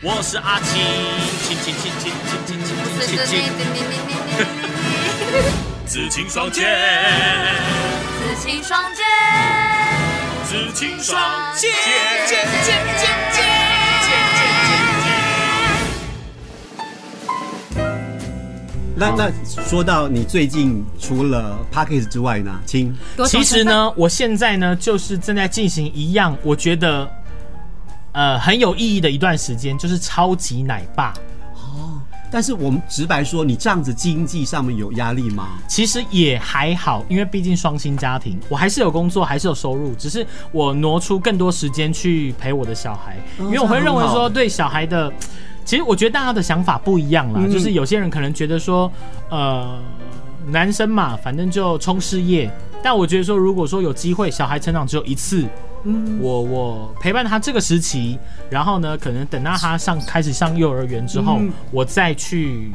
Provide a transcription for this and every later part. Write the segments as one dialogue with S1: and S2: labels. S1: 我是阿青，青青青青青青青青青青，紫青双剑，
S2: 紫青双剑，
S1: 紫青
S2: 双
S1: 双
S2: 剑
S1: 剑，
S2: 剑剑剑剑剑
S3: 那那说到你最近除了 p a c k a g e 之外呢，亲，
S1: 其实，呢，我现在呢，就是正在进行一样，我觉得。呃，很有意义的一段时间，就是超级奶爸。
S3: 但是我们直白说，你这样子经济上面有压力吗？
S1: 其实也还好，因为毕竟双薪家庭，我还是有工作，还是有收入，只是我挪出更多时间去陪我的小孩，
S3: 嗯
S1: 因为我会认为
S3: 这样很
S1: 说
S3: 好
S1: 对小孩的，其实我觉得大家的想法不一样啦，
S3: 嗯
S1: 就是有些人可能觉得说，呃，男生嘛，反正就冲事业。但我觉得说，如果说有机会，小孩成长只有一次，嗯，我我陪伴他这个时期，然后呢，可能等到他上开始上幼儿园之后，
S3: 嗯
S1: 我再去，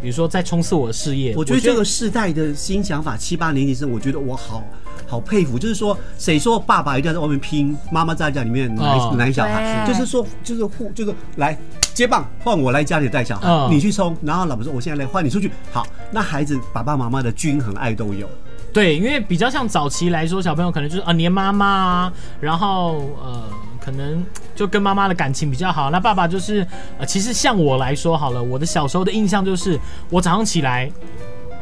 S1: 比如说再冲刺我的事业。
S3: 我觉得这个世代的新想法，七八年级生，我觉得我好好佩服。就是说，谁说爸爸一定要在外面拼，妈妈在家里面奶、
S1: 哦
S3: 奶小孩？
S2: 对
S3: 就是说，就是互，就是来接棒，换我来家里带小孩，
S1: 嗯
S3: 你去冲。然后老婆说，我现在来换你出去。好，那孩子爸爸妈妈的均衡爱都有。
S1: 对，因为比较像早期来说，小朋友可能就是啊黏妈妈啊，然后呃可能就跟妈妈的感情比较好。那爸爸就是呃，其实像我来说好了，我的小时候的印象就是我早上起来。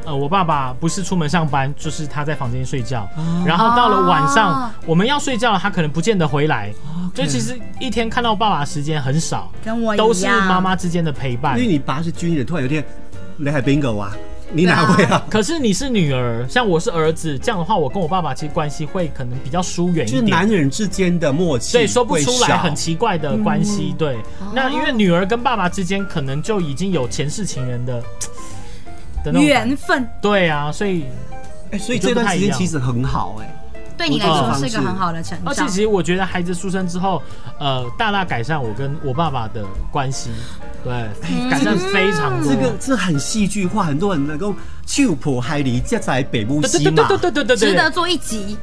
S1: 呃，我爸爸不是出门上班，就是他在房间睡觉，
S2: 啊
S1: 然后到了晚上、
S2: 哦
S1: 我们要睡觉了，他可能不见得回来，就其实一天看到爸爸的时间很少，
S2: 跟我一样
S1: 都是妈妈之间的陪伴
S3: 因为。你爸是军人，突然有一天你海 bingo 啊，你哪会啊？
S1: 可是你是女儿，像我是儿子，这样的话，我跟我爸爸其实关系会可能比较疏远一
S3: 就是
S1: 点。
S3: 男人之间的默契，
S1: 对，说不出来，很
S3: 少
S1: 奇怪的关系。对，那因为女儿跟爸爸之间可能就已经有前世情人的的那种感
S2: 缘分
S1: 对啊，所以
S3: 哎所以
S1: 就不
S3: 这段
S1: 太
S3: 时
S1: 一样
S3: 间其实很好哎、
S2: 对你来说是一个很好的成
S1: 而且
S2: 长
S1: 其。实我觉得孩子出生之后，呃，大大改善我跟我爸爸的关系，对，改善非常多。
S3: 这个这很戏剧化，很多人能够秀婆海里加在北部
S1: 对
S3: 西
S1: 对对
S3: 嘛，
S1: 对对对对
S2: 值
S1: 对
S2: 得，做一集，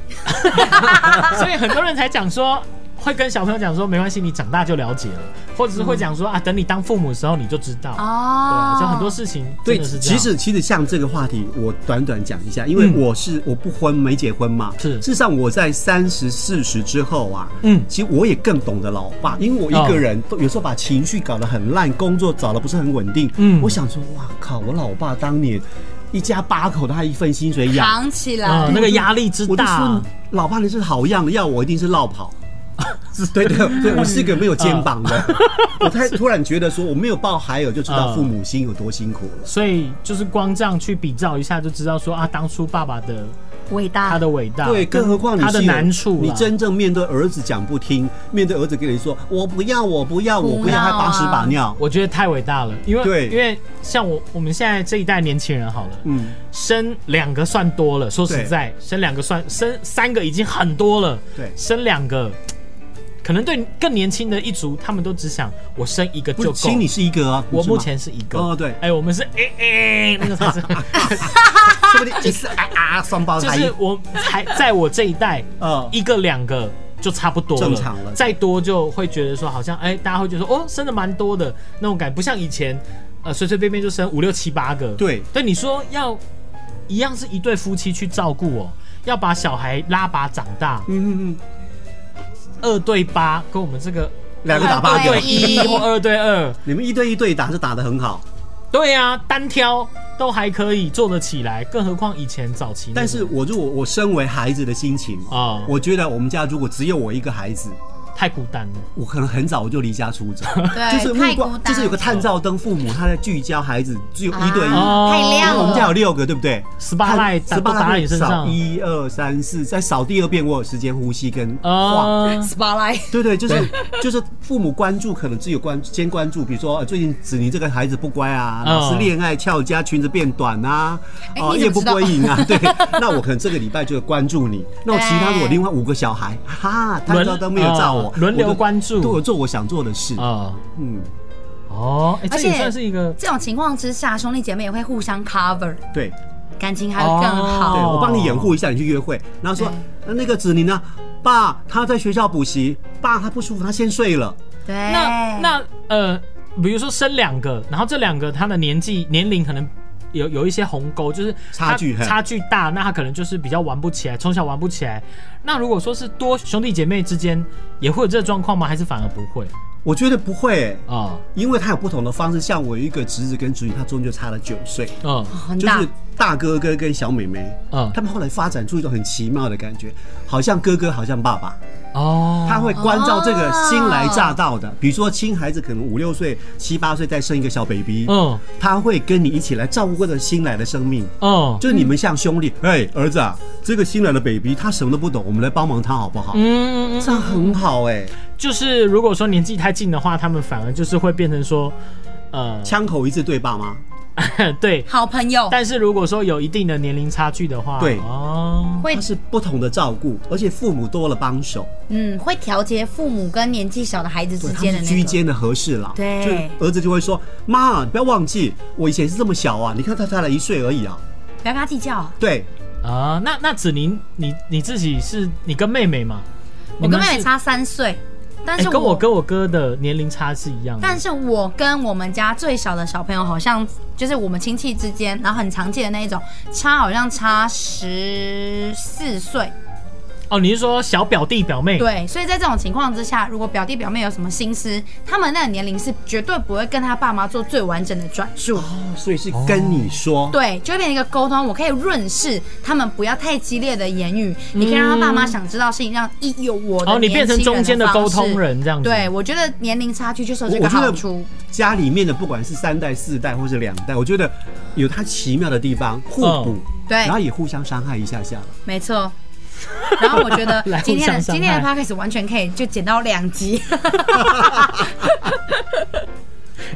S1: 所以很多人才讲说。会跟小朋友讲说没关系，你长大就了解了，或者是会讲说啊，等你当父母的时候你就知道。对，
S2: 哦
S1: 啊就很多事情真
S3: 对，
S1: 的是这
S3: 其
S1: 样。
S3: 实其实像这个话题，我短短讲一下，因为
S1: 嗯
S3: 我是、我不婚没结婚嘛，
S1: 是
S3: 事实上我在三十四十之后啊，
S1: 嗯哦
S3: 其实我也更懂得老爸，因为我一个人都有时候把情绪搞得很烂，工作找的不是很稳定，
S1: 嗯
S3: 我想说，哇靠，我老爸当年一家八口，他一份薪水养，
S2: 扛起
S1: 啊、
S2: 来，
S1: 那个压力之
S3: 我就
S1: 大，啊
S3: 说老爸你是好样的，要我一定是落跑。 对 对对，我是一个没有肩膀
S1: 嗯
S3: 的。我太突然觉得说，我没有抱孩儿，就知道父母心有多辛苦了。
S1: 所以就是光这样去比照一下，就知道说啊，当初爸爸的
S2: 伟
S1: 他
S2: 大，
S1: 的伟大，
S3: 对，更何况你
S1: 啊他
S3: 是
S1: 的
S3: 有
S1: 难处啦，啊
S3: 你真正面对儿子讲不听，面对儿子跟你说我不要，我不要，我不
S2: 不要
S3: 要，
S2: 啊
S3: 还把屎把尿。
S1: 我觉得太伟大了，因为
S3: 对
S1: 因为像我我们现在这一代年轻人好了，
S3: 嗯，
S1: 生两个算多了，说实在，生两个算生三个已经很多了，
S3: 对
S1: 生两个。可能对更年轻的一族，他们都只想我生一个
S3: 不，
S1: 就是够
S3: 亲。你是一个啊，
S1: 我
S3: 不是吗
S1: 目前是一个
S3: 哦对
S1: 哎，我们是哎哎，那个才是
S3: 说不定一次啊啊双胞
S1: 就
S3: 胎
S1: 是 我还在我这一代，
S3: 嗯
S1: 一个两个就差不多了，
S3: 正常了
S1: 再多就会觉得说好像哎、大家会觉得说哦，生的蛮多的那种感觉，不像以前，呃，随随便便就生五六七八个。
S3: 对
S1: 对，你说要一样是一对夫妻去照顾哦，要把小孩拉拔长大，
S3: 嗯嗯嗯，
S1: 二对八跟我们这个
S3: 两个打八
S2: 二
S3: 个
S2: 对，
S1: 一或二对二，
S3: 你们一对一对打是打得很好。
S1: 对啊，单挑都还可以做得起来，更何况以前早期那
S3: 但
S1: 个、
S3: 是我如果我身为孩子的心情
S1: 哦
S3: 我觉得我们家如果只有我一个孩子，
S1: 太孤单了。
S3: 我可能很早我就离家出走，
S2: 对，
S3: 就是
S2: 太
S3: 目
S2: 孤
S3: 光
S2: 单，
S3: 就是有个探照灯，父母他在聚焦孩子，只有一对一。
S1: 哦
S2: 啊太
S3: 因
S2: 亮
S3: 为
S2: 了，
S3: 我们家有六个，对不对？
S1: 十八赖打
S3: 十
S1: 都
S3: 八
S1: 打在你身
S3: 少
S1: 上，
S3: 一二三四，再少第二遍，我有时间呼吸跟晃。
S1: 呃，
S2: spotlight，
S3: 对对，就是 就是父母关注，可能只有关先关注，比如说呃最近子宁这个孩子不乖啊，
S1: 嗯
S3: 老是恋爱翘家，裙子变短啊，
S2: 哎
S3: 哦
S2: 你
S3: 夜
S2: 怎么
S3: 不
S2: 知道
S3: 归营啊，对，那我可能这个礼拜就关注你，那我其他的我另外五个小孩，哈，他
S1: 轮
S3: 们都没有照我
S1: 哦，轮流
S3: 我就
S1: 关注
S3: 对我做我想做的事，
S1: 啊、
S3: 嗯，
S1: 哦，哎、
S2: 而
S1: 这也
S2: 且
S1: 算是一个
S2: 这种情况之下，兄弟姐妹也会互相 cover，
S3: 对。
S2: 感情还会更
S1: 哦
S2: 好。
S3: 对我帮你掩护一下，你去约会，然后说呃
S2: 对
S3: 那那个子宁呢？爸，他在学校补习，爸他不舒服，他先睡了。
S2: 对，哎
S1: 那那呃，比如说生两个，然后这两个他的年纪年龄可能有有一些鸿沟，就是他
S3: 差距嘿
S1: 差距大，那他可能就是比较玩不起来，从小玩不起来。那如果说是多兄弟姐妹之间也会有这个状况吗？还是反而不会
S3: 我觉得不会，
S1: 啊？
S3: 因为他有不同的方式。像我有一个侄子跟侄女，他中间就差了九岁，
S1: 嗯
S2: 很
S3: 就
S2: 大
S3: 是大哥哥跟小妹妹，
S1: 嗯
S3: 他们后来发展出一种很奇妙的感觉，好像哥哥，好像爸爸。
S1: 哦，
S3: 他会关照这个
S2: 哦
S3: 新来乍到的，比如说新孩子可能五六岁、七八岁再生一个小 baby，
S1: 嗯
S3: 他会跟你一起来照顾这个新来的生命。
S1: 嗯
S3: 就是你们像兄弟，哎，儿子啊，这个新来的 baby 他什么都不懂，我们来帮忙他好不好？
S1: 嗯，
S3: 这样很好哎、
S1: 就是如果说年纪太近的话，他们反而就是会变成说，呃，
S3: 枪口一致对爸妈，
S1: 对。
S2: 好朋友，
S1: 但是如果说有一定的年龄差距的话，
S3: 对
S1: 哦，
S2: 会
S3: 他是不同的照顾，而且父母多了帮手，
S2: 嗯会调节父母跟年纪小的孩子之
S3: 对，他
S2: 间的
S3: 们
S2: 那
S3: 是
S2: 个
S3: 居间的和事佬。
S2: 对
S3: 就儿子就会说：“妈，你不要忘记，我以前是这么小啊，你看他才来一岁而已啊。
S2: 不要跟他计较啊。”
S3: 对，
S1: 啊，那那子宁，你你自己是你跟妹妹嘛？
S2: 我跟妹妹
S1: 你们是，
S2: 差三岁，但
S1: 哎、
S2: 是
S1: 跟我跟我哥的年龄差是一样的。
S2: 但是我跟我们家最小的小朋友好像就是我们亲戚之间，然后很常见的那一种，差好像差十四岁。
S1: 哦，你是说小表弟表妹？，
S2: 对，所以在这种情况之下，如果表弟表妹有什么心思，他们那个年龄是绝对不会跟他爸妈做最完整的转述。
S3: 所以是跟你说，
S2: 对，就会变成一个沟通。我可以润饰他们不要太激烈的言语，你可以让他爸妈想知道事情，让一有我的
S1: 嗯哦，你
S2: 年
S1: 变
S2: 轻
S1: 成中间的
S2: 人
S1: 沟
S2: 方式
S1: 通。人这样子。
S2: 对，我觉得年龄差距就是有这
S3: 我
S2: 个
S3: 我觉得
S2: 好处。
S3: 家里面的不管是三代、四代或是两代，我觉得有它奇妙的地方，互补，
S2: 嗯对
S3: 然后也互相伤害一下 下。
S2: 没错。然后我觉得
S1: 来
S2: 今
S1: 互
S2: 天
S1: 相
S2: 的
S1: 伤害
S2: 今天的 podcast 完全可以就剪到两 集，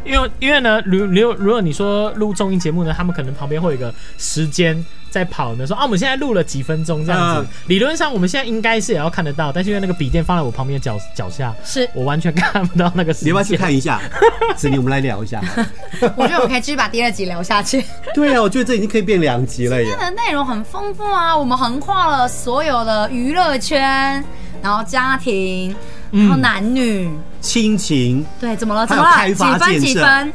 S1: 因为因为呢，如如如果你说录综艺节目呢，他们可能旁边会有一个时间在跑呢，说啊，我们现在录了几分钟这样子。
S3: 嗯
S1: 理论上我们现在应该是也要看得到，但是因为那个笔电放在我旁边的脚脚下，
S2: 是
S1: 我完全看不到那个时
S3: 你
S1: 间。
S3: 要不要去看一下？ 子宁，我们来聊一下。
S2: 我觉得我们可以继续把第二集聊下去。
S3: 对啊，我觉得这已经可以变两集了耶
S2: 今天。的内容很丰富啊，我们横跨了所有的娱乐圈，然后家庭，然后男女，
S3: 亲情，
S2: 对，怎么了？
S3: 还
S2: 怎
S3: 有
S2: 么了？
S3: 开
S2: 几
S3: 发
S2: 分？
S3: 建
S2: 几
S3: 设
S2: 分？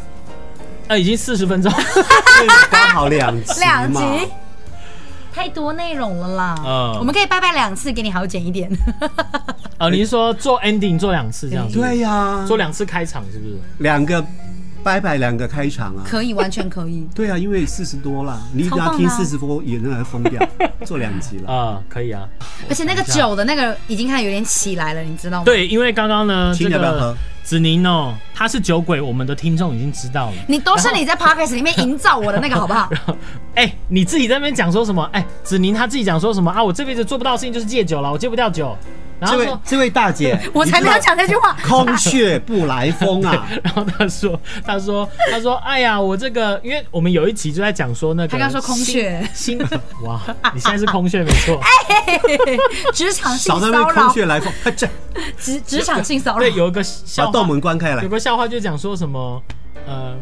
S1: 呃，已经四十分钟。
S3: 所以刚好两集嘛。
S2: 两集。太多内容了啦，
S1: 嗯
S2: 我们可以拜拜两次，给你好剪一 点。
S1: 呃，你是说做 ending 做两次这样子？
S3: 对、呀、
S2: 嗯
S1: 做两次开场是不是？
S3: 两个拜拜，两个开场啊。
S2: 可以，完全可以。
S3: 对啊，因为四十多了，你只
S2: 超棒
S3: 要
S2: 的啊
S3: 听四十多也能疯掉，做两集 了。
S1: 啊、可以啊。
S2: 而且那个酒的那个已经开始有点起来了，你知道吗？
S1: 对，因为刚刚呢，
S3: 亲
S1: 这
S3: 要不要喝
S1: 个子宁哦，他是酒鬼，我们的听众已经知道了。
S2: 你都是你在 podcast 里面营造我的那个，好不 好？，
S1: 哎、你自己在那边讲说什么？哎、子宁他自己讲说什么啊？我这辈子做不到的事情就是戒酒了，我戒不掉酒。然
S3: 这
S1: 后
S3: 位
S1: 说，
S3: 这位大姐
S2: 我才没有讲这句话
S3: 你知道 空穴不来 风啊！
S1: 然后他说，他说，他说，哎呀，我这个，因为我们有一集就在讲说那个，
S2: 他刚说空穴哎
S1: 心，心哇，你现在是空穴没 错。
S2: 职场啊性
S3: 少在那
S2: 骚
S3: 边空
S2: 扰，
S3: 穴来风，哎这
S2: 职职场性骚扰
S1: 对，。有一个
S3: 把
S1: 笑
S3: 道
S1: 话，
S3: 门关开来
S1: 有。个笑话就讲说什么，呃，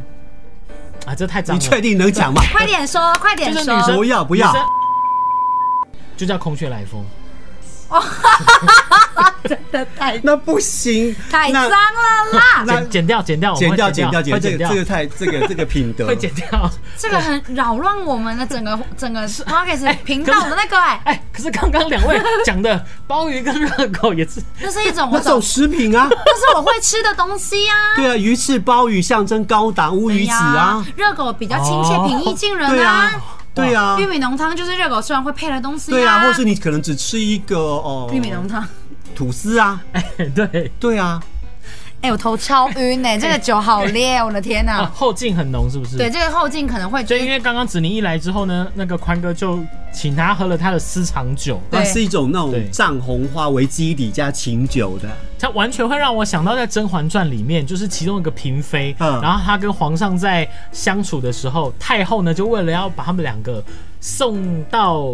S1: 啊，这太脏
S3: 你
S1: 了，
S3: 确定能讲吗？
S2: 快点说，快点
S1: 就是女生
S2: 说！
S3: 不要不要
S1: 女生就叫空穴来风。
S2: 太
S3: 那不行，
S2: 太脏
S3: 那
S2: 了啦！
S3: 那
S1: 剪剪掉，剪掉，我们
S3: 剪
S1: 哦会
S3: 掉
S1: 剪
S3: 剪掉剪
S1: 会
S3: 掉，这
S1: 剪
S3: 个
S1: 掉
S3: 这，个太 这个这个品德
S1: 会。剪掉。
S2: 这个很扰乱我们的整个整个 podcast 频道的那个哎，
S1: 哎，可是刚刚两 位讲的鲍鱼跟热狗也是，
S2: 这是一种我
S3: 那
S2: 早
S3: 种食品 啊，
S2: 这是我会吃的东西呀。
S3: 对啊，鱼翅鲍鱼象征高档乌鱼子啊，，
S2: 热狗比较亲切，
S1: 哦
S2: 平易近
S3: 对
S2: 人
S3: 啊
S2: 啊。
S3: 对啊
S2: 玉米浓汤就是热狗吃完会配的东西
S3: 对啊，或是你可能只吃一个哦
S2: 玉米浓汤。
S3: 吐司啊，
S1: 哎，对，
S3: 对啊，
S2: 哎，我头超晕 哎，这个酒好烈，我的天
S1: 啊，
S2: 呐！
S3: 哦
S1: 后劲很浓，是不是？
S2: 对，。这个后劲可能会
S1: 所以因为刚刚子宁一来之后呢，那个宽哥就请他喝了他的私藏酒，
S2: 对
S3: 它是一种那
S1: 对
S3: 种藏红花为基底加琴酒的，
S1: 他完全会让我想到在《甄嬛传》里面，就是其中一个嫔妃，
S3: 嗯
S1: 然后她跟皇上在相处的时候，太后呢就为了要把他们两个送到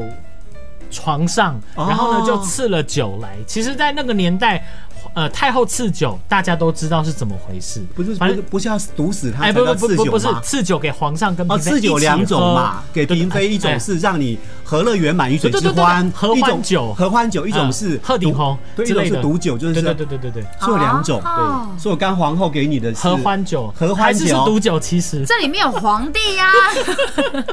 S1: 床上，
S3: 哦
S1: 然后呢就赐了酒来。其实，在那个年代，呃，太后赐酒，大家都知道是怎么回事。
S3: 不是不
S1: 反
S3: 是
S1: 正
S3: 不是要毒死他
S1: 哎，
S3: 才
S1: 不
S3: 叫
S1: 不
S3: 赐
S1: 不不
S3: 酒
S1: 不是
S3: 吗？
S1: 赐酒给皇上跟
S3: 哦，
S1: 嫔妃
S3: 赐酒
S1: 一起
S3: 两种
S1: 喝
S3: 嘛，给嫔妃一种
S1: 哎
S3: 是让你和乐圆满、鱼水
S1: 对
S3: 之
S1: 对对对
S3: 欢，
S1: 合欢
S3: 一种
S1: 酒
S3: 合欢酒一种是
S1: 嗯鹤顶
S3: 毒
S1: 红
S3: 对，一
S1: 之
S3: 种
S1: 类
S3: 是
S1: 的
S3: 毒酒，就是
S1: 对对对对对对，
S3: 所以有两种，
S2: 哦
S3: 所以我刚皇后给你的是
S1: 合欢酒，
S3: 合
S1: 还
S3: 欢
S1: 是是
S3: 酒
S1: 毒酒，其实。
S2: 这里面有皇帝啊 呀、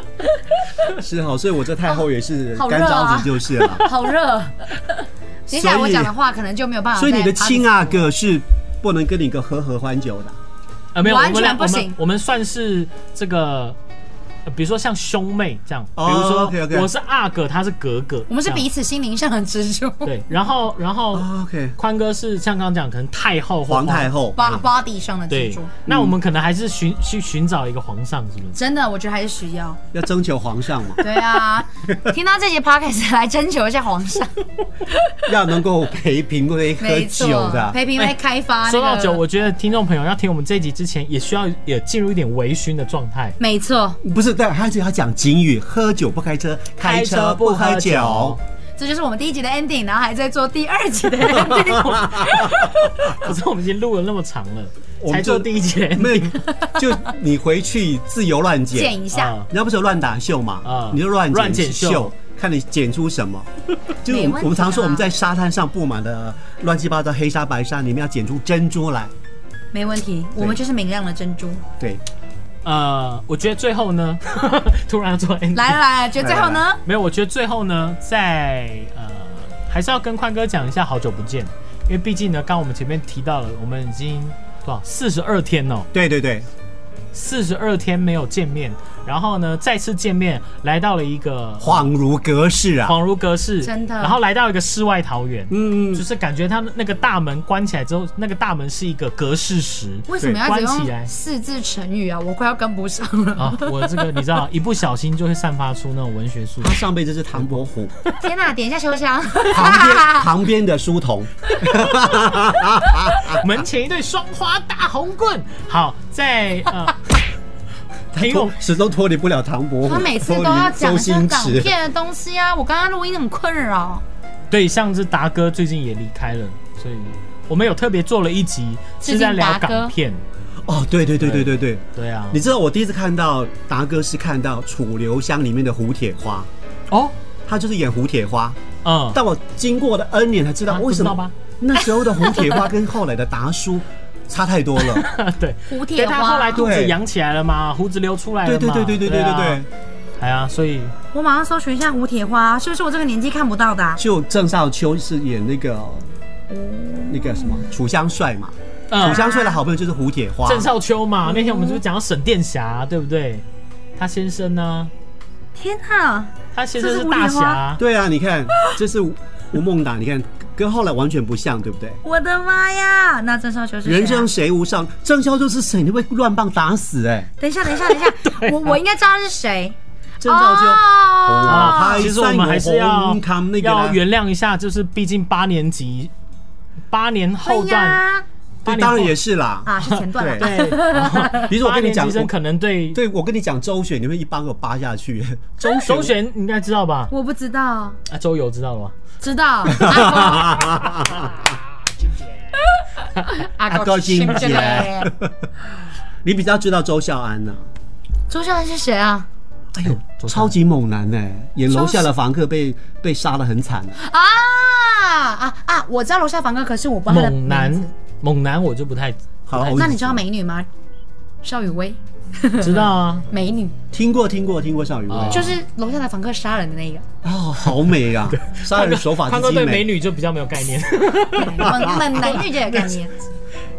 S3: 是哈，所以我这太后也是
S2: 好热
S3: 干
S2: 啊
S3: 着急就是了。
S2: 好热。接下来我
S3: 所以
S2: 讲的话可能就没有办法
S3: 所
S2: 再
S3: 以
S2: 搭
S3: 你
S2: 进去。
S3: 的亲啊阿哥是不能跟你哥喝合欢酒的，
S1: 呃，没有，
S2: 完
S1: 我们俩
S2: 全不
S1: 我们
S2: 行
S1: 我们算是这个，呃比如说像兄妹这样，比
S3: 哦
S1: 如说
S3: OK，OK
S1: 我是阿哥，他是格格，
S2: 我们是
S1: 这样
S2: 彼此心灵上的支柱
S1: 对，然后然后
S3: 哦，OK
S1: 宽哥是像刚刚讲，可能太后或
S3: 皇太。后嗯
S2: ，bo-，body 上的
S1: 嗯
S2: 支
S1: 对
S2: 柱。，
S1: 那我们可能还是寻去寻找一个皇上，是不是？
S2: 真的，我觉得还是需要。
S3: 要征求皇上 嘛，
S2: 对啊，听到这集 podcast 来征求一下皇上，
S3: 要能够陪嫔妃喝
S2: 没
S3: 酒
S2: 错，
S3: 的。
S2: 陪嫔妃开发、那个
S1: 哎说到酒，我觉得听众朋友要听我们这一集之前，也需要也进入一点微醺的状态。
S2: 没错，
S3: 不是，但他是要讲警语：喝酒不开车，开车不喝酒。
S2: 这就是我们第一集的 ending，然后还在做第二集的
S1: 啊
S2: ending。
S1: 可是我们已经录了那么长了，
S3: 我
S1: 才
S3: 们
S1: 做
S3: 就
S1: 第一节，
S3: 没有，就你回去自由乱剪
S2: 见，一下，
S1: 啊
S3: 人家不是有乱打秀嘛？
S1: 啊
S3: 你就乱
S1: 乱剪
S3: 剪
S1: 秀
S3: 秀，看你剪出什 么。就是我
S2: 没问
S3: 们
S2: 题
S3: 我们常
S2: 啊
S3: 说我们在沙滩上布满的乱七八糟黑沙白沙，你们要剪出珍珠来。
S2: 没问题，我们就是明亮的珍珠。
S3: 对，
S1: 呃，我觉得最后呢， 突然要做 ending
S2: 来了来了，觉得最后呢？
S1: 没有，我觉得最后呢，在呃，还是要跟宽哥讲一下好久不见，因为毕竟呢，刚我们前面提到了，我们已经多少四十二天哦，
S3: 对对对，
S1: 四十二天没有见面，然后呢，再次见面，来到了一个
S3: 恍如隔世啊！
S1: 恍如隔世，
S2: 真的
S1: 然后来到一个世外桃源，
S3: 嗯，
S1: 就是感觉他那个大门关起来之后，那个大门是一个隔世石。
S2: 为什么要一直
S1: 关起来
S2: 用四字成语啊？我快要跟不上了。
S1: 啊，我这个你知道，一不小心就会散发出那种文学素 养
S3: 他。上辈子是唐伯虎，
S2: 天哪、点一下秋香。
S3: 旁边旁边的 书童，
S1: 门前一对双花大红棍。好，在呃，
S3: 他
S1: 听
S3: 脱
S1: 我
S3: 始终脱离不了唐伯 虎。
S2: 他每次
S3: 脱
S2: 都
S3: 离
S2: 要讲
S3: 周
S2: 香
S3: 星
S2: 港
S3: 驰，
S2: 片的东西啊，我刚刚录音很困扰。
S1: 对，像是达哥最近也离开了，所以我们有特别做了一集是在聊港片。
S3: 哦，对对对对对对，
S1: 对啊，
S3: 你知道我第一次看到达哥是看到《楚留香》里面的胡铁花，
S1: 哦，
S3: 他就是演胡铁花。
S1: 嗯，
S3: 但我经过了 N 年才知道
S1: 啊
S3: 为什
S1: 不知道吧
S3: 么那时候的胡铁花跟后来的达叔差 太多了。
S1: 对，
S2: 蝴
S1: 对
S2: 蝶
S1: 他后来
S2: 花，
S1: 肚子
S3: 对
S1: 扬起来了嘛，胡子溜出来了
S3: 对
S1: 嘛，
S3: 对对对对对对对，，
S1: 哎呀，所以
S2: 我马上搜寻一下蝴蝶花，是不是我这个年纪看不到的、啊？
S3: 就郑少秋是演那个那个什么楚香帅嘛，楚
S1: 嗯，
S3: 香帅的好朋友就是胡铁花。
S1: 郑少秋嘛，那天我们是不是讲到沈殿霞，对不对？他先生呢？
S2: 天哪，
S1: 他先生
S2: 这是
S1: 是
S2: 蝴
S1: 大
S2: 蝶花
S1: 侠，
S3: 对啊，你看这是吴孟达，你看跟后来完全不像，对不对？
S2: 我的妈呀！那郑少秋是谁啊、
S3: 人生谁无上？郑少秋是谁？你会乱棒打死哎、
S2: 等一下，等一下，等一下，我我应该知道他是谁。
S3: 郑少秋。
S2: 哦
S3: 哦
S1: 啊其实我们还是要
S3: 海上有红那个啦
S1: 要原谅一下，就是毕竟八年级，八年后
S2: 哎
S1: 段，
S2: 呀，
S1: 八
S3: 对，
S1: 年
S3: 当然
S1: 后
S3: 也是啦。
S2: 啊，是前段了。
S3: 对，哦
S1: 对，
S3: 比如说我
S1: 八
S3: 跟你
S1: 年
S3: 讲
S1: 级，生可能对
S3: 对我跟你讲周旋，你会一巴给我扒下去。周旋，
S1: 周璇应该知道吧？
S2: 我不知道，
S1: 啊，周游知道了吗？
S2: 知道。阿
S3: 阿高金姐
S2: 姐，
S3: 你比较知道周孝安呢、
S2: 周秀安是谁啊？
S3: 哎呦，超级猛男呢、演楼下的房客被被杀的很惨、
S2: 啊啊啊！我知道楼下房客，可是我不知道他的
S1: 猛
S2: 名
S1: 男
S2: 字，
S1: 猛男我就不太
S3: 好了，我
S2: 那你知道美女吗？邵雨薇，
S1: 知道啊。
S2: 美女，
S3: 听过听过听过邵雨薇
S1: 啊
S2: 就是楼下的房客杀人 的那个。
S3: 哦，好美啊！杀人手法
S1: 他
S3: 之
S1: 哥
S3: 精
S1: 对美
S3: 美。
S1: 女就比较没有概念，
S2: 猛猛男女这个概念，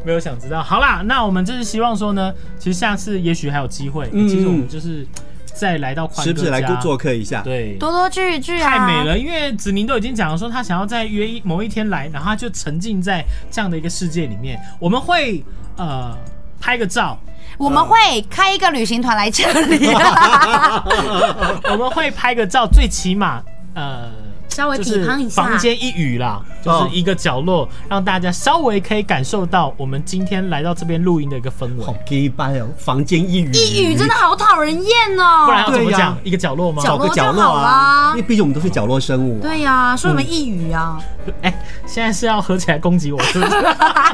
S1: 没有想知道。好啦，那我们就是希望说呢，其实下次也许还有机会。
S3: 嗯
S1: 其实我们就是再来到宽
S3: 时
S1: 哥
S3: 不时来
S1: 家
S3: 做客一下？
S1: 对，
S2: 多多聚一聚啊！
S1: 太美了，因为子宁都已经讲了说他想要在约一某一天来，然后他就沉浸在这样的一个世界里面。我们会呃拍个照，
S2: 我们会开一个旅行团来这里，
S1: 嗯我们会拍个照，最起码呃
S2: 稍微
S1: 就
S2: 批
S1: 是
S2: 判一下
S1: 房间一隅啦，就是一个角落，让大家稍微可以感受到我们今天来到这边录音的一个氛围
S3: 好。gay 掰哦，房间一隅，
S2: 一语真的好讨人厌哦。
S1: 不然要怎么
S3: 对呀
S1: 讲？一个角落吗？
S3: 找个角
S2: 角落就
S3: 落
S2: 好
S3: 啊
S2: 啦，
S3: 因为毕竟我们都是角落生物啊，
S2: 对呀、说什么一语啊？
S1: 哎、现在是要合起来攻击我，是 不是？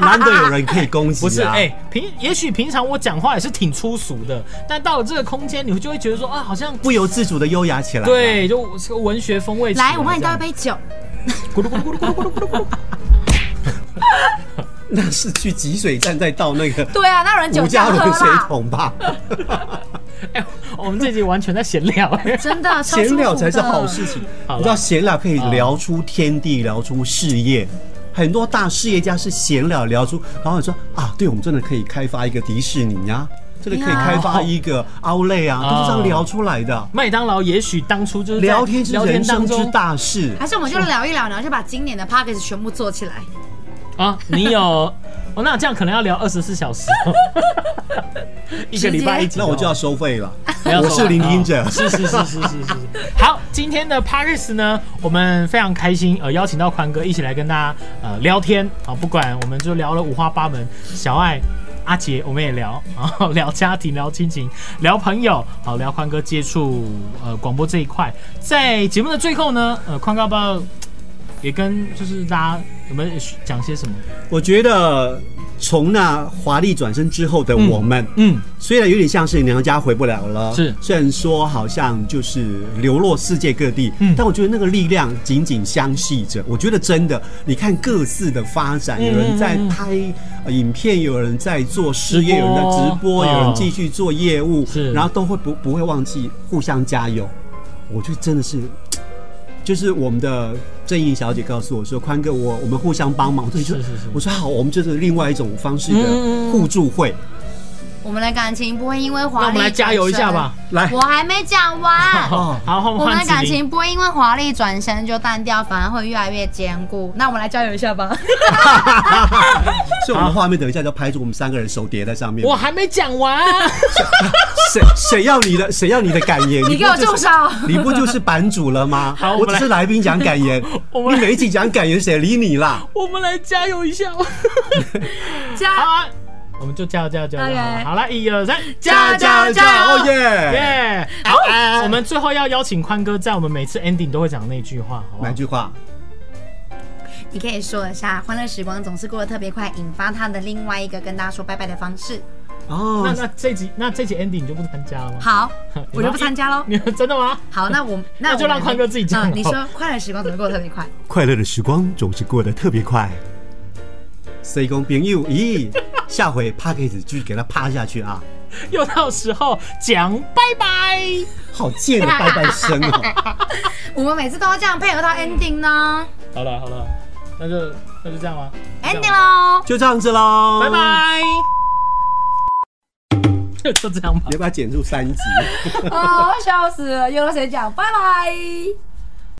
S3: 难得有人可以攻击 啊，
S1: 不是，哎、平也许平常我讲话也是挺粗俗的，但到了这个空间，你就会觉得说啊，好像
S3: 不由自主的优雅起来，，
S1: 对，就这个文学风味起
S2: 来，我帮你
S1: 这
S2: 倒
S1: 样
S2: 一杯酒。
S1: 咕噜咕噜咕噜咕噜咕噜咕噜咕噜。
S3: 那是去集水站再倒那个
S2: 对啊，那有 人酒
S3: 吴家
S2: 驾喝
S3: 仑水
S2: 啦，
S3: 桶吧，
S1: 哎、我们这集完全在闲聊、 哎
S2: 真的超
S3: 闲聊
S2: 舒服
S3: 才是
S2: 的
S3: 好事情。
S1: 好了
S3: 你知道闲聊可以聊出天地，聊出事业。很多大事业家是闲聊聊出，然后你说啊，对我们真的可以开发一个迪士尼啊，真的可以
S2: 哎呀
S3: 开发一个 Outlet 啊，都是这样聊出来的。
S1: 麦当劳也许当初就是在
S3: 聊天是
S1: 聊
S3: 人
S1: 天
S3: 生
S1: 当
S3: 之
S1: 中
S3: 大事，
S2: 还是我们就聊一聊，然后就把今年的 p a c k a g e 全部做起来。
S1: 啊，你有 哦？那这样可能要聊二十四小时哦， 一个礼拜一集哦，
S3: 那我就要收费了。
S1: 不要说
S3: 我
S1: 完
S3: 是聆听者
S1: 啊，是是是是是是。好，今天的 Paris 呢，我们非常开心，呃，邀请到宽哥一起来跟大家呃聊天啊，不管我们就聊了五花八门，小爱。阿杰，我们也聊啊，聊家庭，聊亲情，聊朋友，好聊宽哥接触呃广播这一块。在节目的最后呢，呃，宽哥要不要也跟就是大家有没有讲些什么？
S3: 我觉得从那华丽转身之后的我们，
S1: 嗯，
S3: 虽然有点像是娘家回不了了，
S1: 是
S3: 虽然说好像就是流落世界各地，
S1: 嗯
S3: 但我觉得那个力量紧紧相系着。我觉得真的，你看各自的发展，
S1: 嗯
S3: 有人在拍呃影片，有人在做事业，
S1: 直
S3: 有
S1: 播
S3: 人在直播，
S1: 哦
S3: 有人继续做业务，
S1: 是
S3: 然后都会不不会忘记互相加油。我觉得真的是。就是我们的正义小姐告诉我说：“宽哥，我我们互相帮忙。”我就是
S1: 是是
S3: 我说好，我们就是另外一种方式的
S1: 嗯
S3: 互助会。
S2: 我们的感情不会因为华丽，
S1: 那我们来加油一下吧。。
S3: 来，
S2: 我还没讲完。
S1: 好，好，后
S2: 我
S1: 面换
S2: 们的
S1: 子
S2: 感
S1: 玲
S2: 情不会因为华丽转身就淡掉，反而会越来越坚固。那我们来加油一下吧。
S3: 所以我们画面等一下就拍出我们三个人手叠在上面。
S1: 我还没讲 完，
S3: 谁谁要你的谁要你的感言？
S2: 你给我
S3: 不就是
S2: 重伤
S3: 你不就是版主了吗？
S1: 好
S3: 我
S1: 我
S3: 只
S1: 们
S3: 是来宾讲感言，
S1: 我们
S3: 你每一集讲感言，谁理 你啦？
S1: 我们来加油一下。好
S2: 加
S1: 啊，我们就加油加油加油
S2: OK
S1: 好了！好了，一二三，
S2: 加油加油加油 Oh,
S3: 哦耶！
S1: 耶！好，我们最后要邀请宽哥在我们每次 ending 都会讲那句话，好不
S3: 哪
S1: 好？
S3: 句话？
S2: 你可以说一下，欢乐时光总是过得特别快，引发他的另外一个跟大家说拜拜的方式。
S1: 那
S3: 哦，
S1: 那这集那这集 ending 你就不参加了 吗？，
S2: 好我就不参加喽。
S1: 你真的吗？
S2: 好，那我 那我
S1: 那就让宽哥自己讲
S2: 嗯你
S1: 好
S2: 说快乐时光怎么过得特别快？
S3: 快乐的时光总是过得特别快。C 公朋友， 咦，下回 p a c k a g e 继续给他趴下去啊！
S1: 又到时候讲拜拜。
S3: 好贱 的拜拜声哦。
S2: 我们每次都要这样配合到 ending 呢
S1: 好了好了，那就那就这样吧，
S2: ，ending 喽。
S3: 就这样子喽，
S1: 拜。拜。 就就这样吧
S3: 你。要不要剪入三集？
S2: 哦啊，我笑死了，又有谁讲拜拜？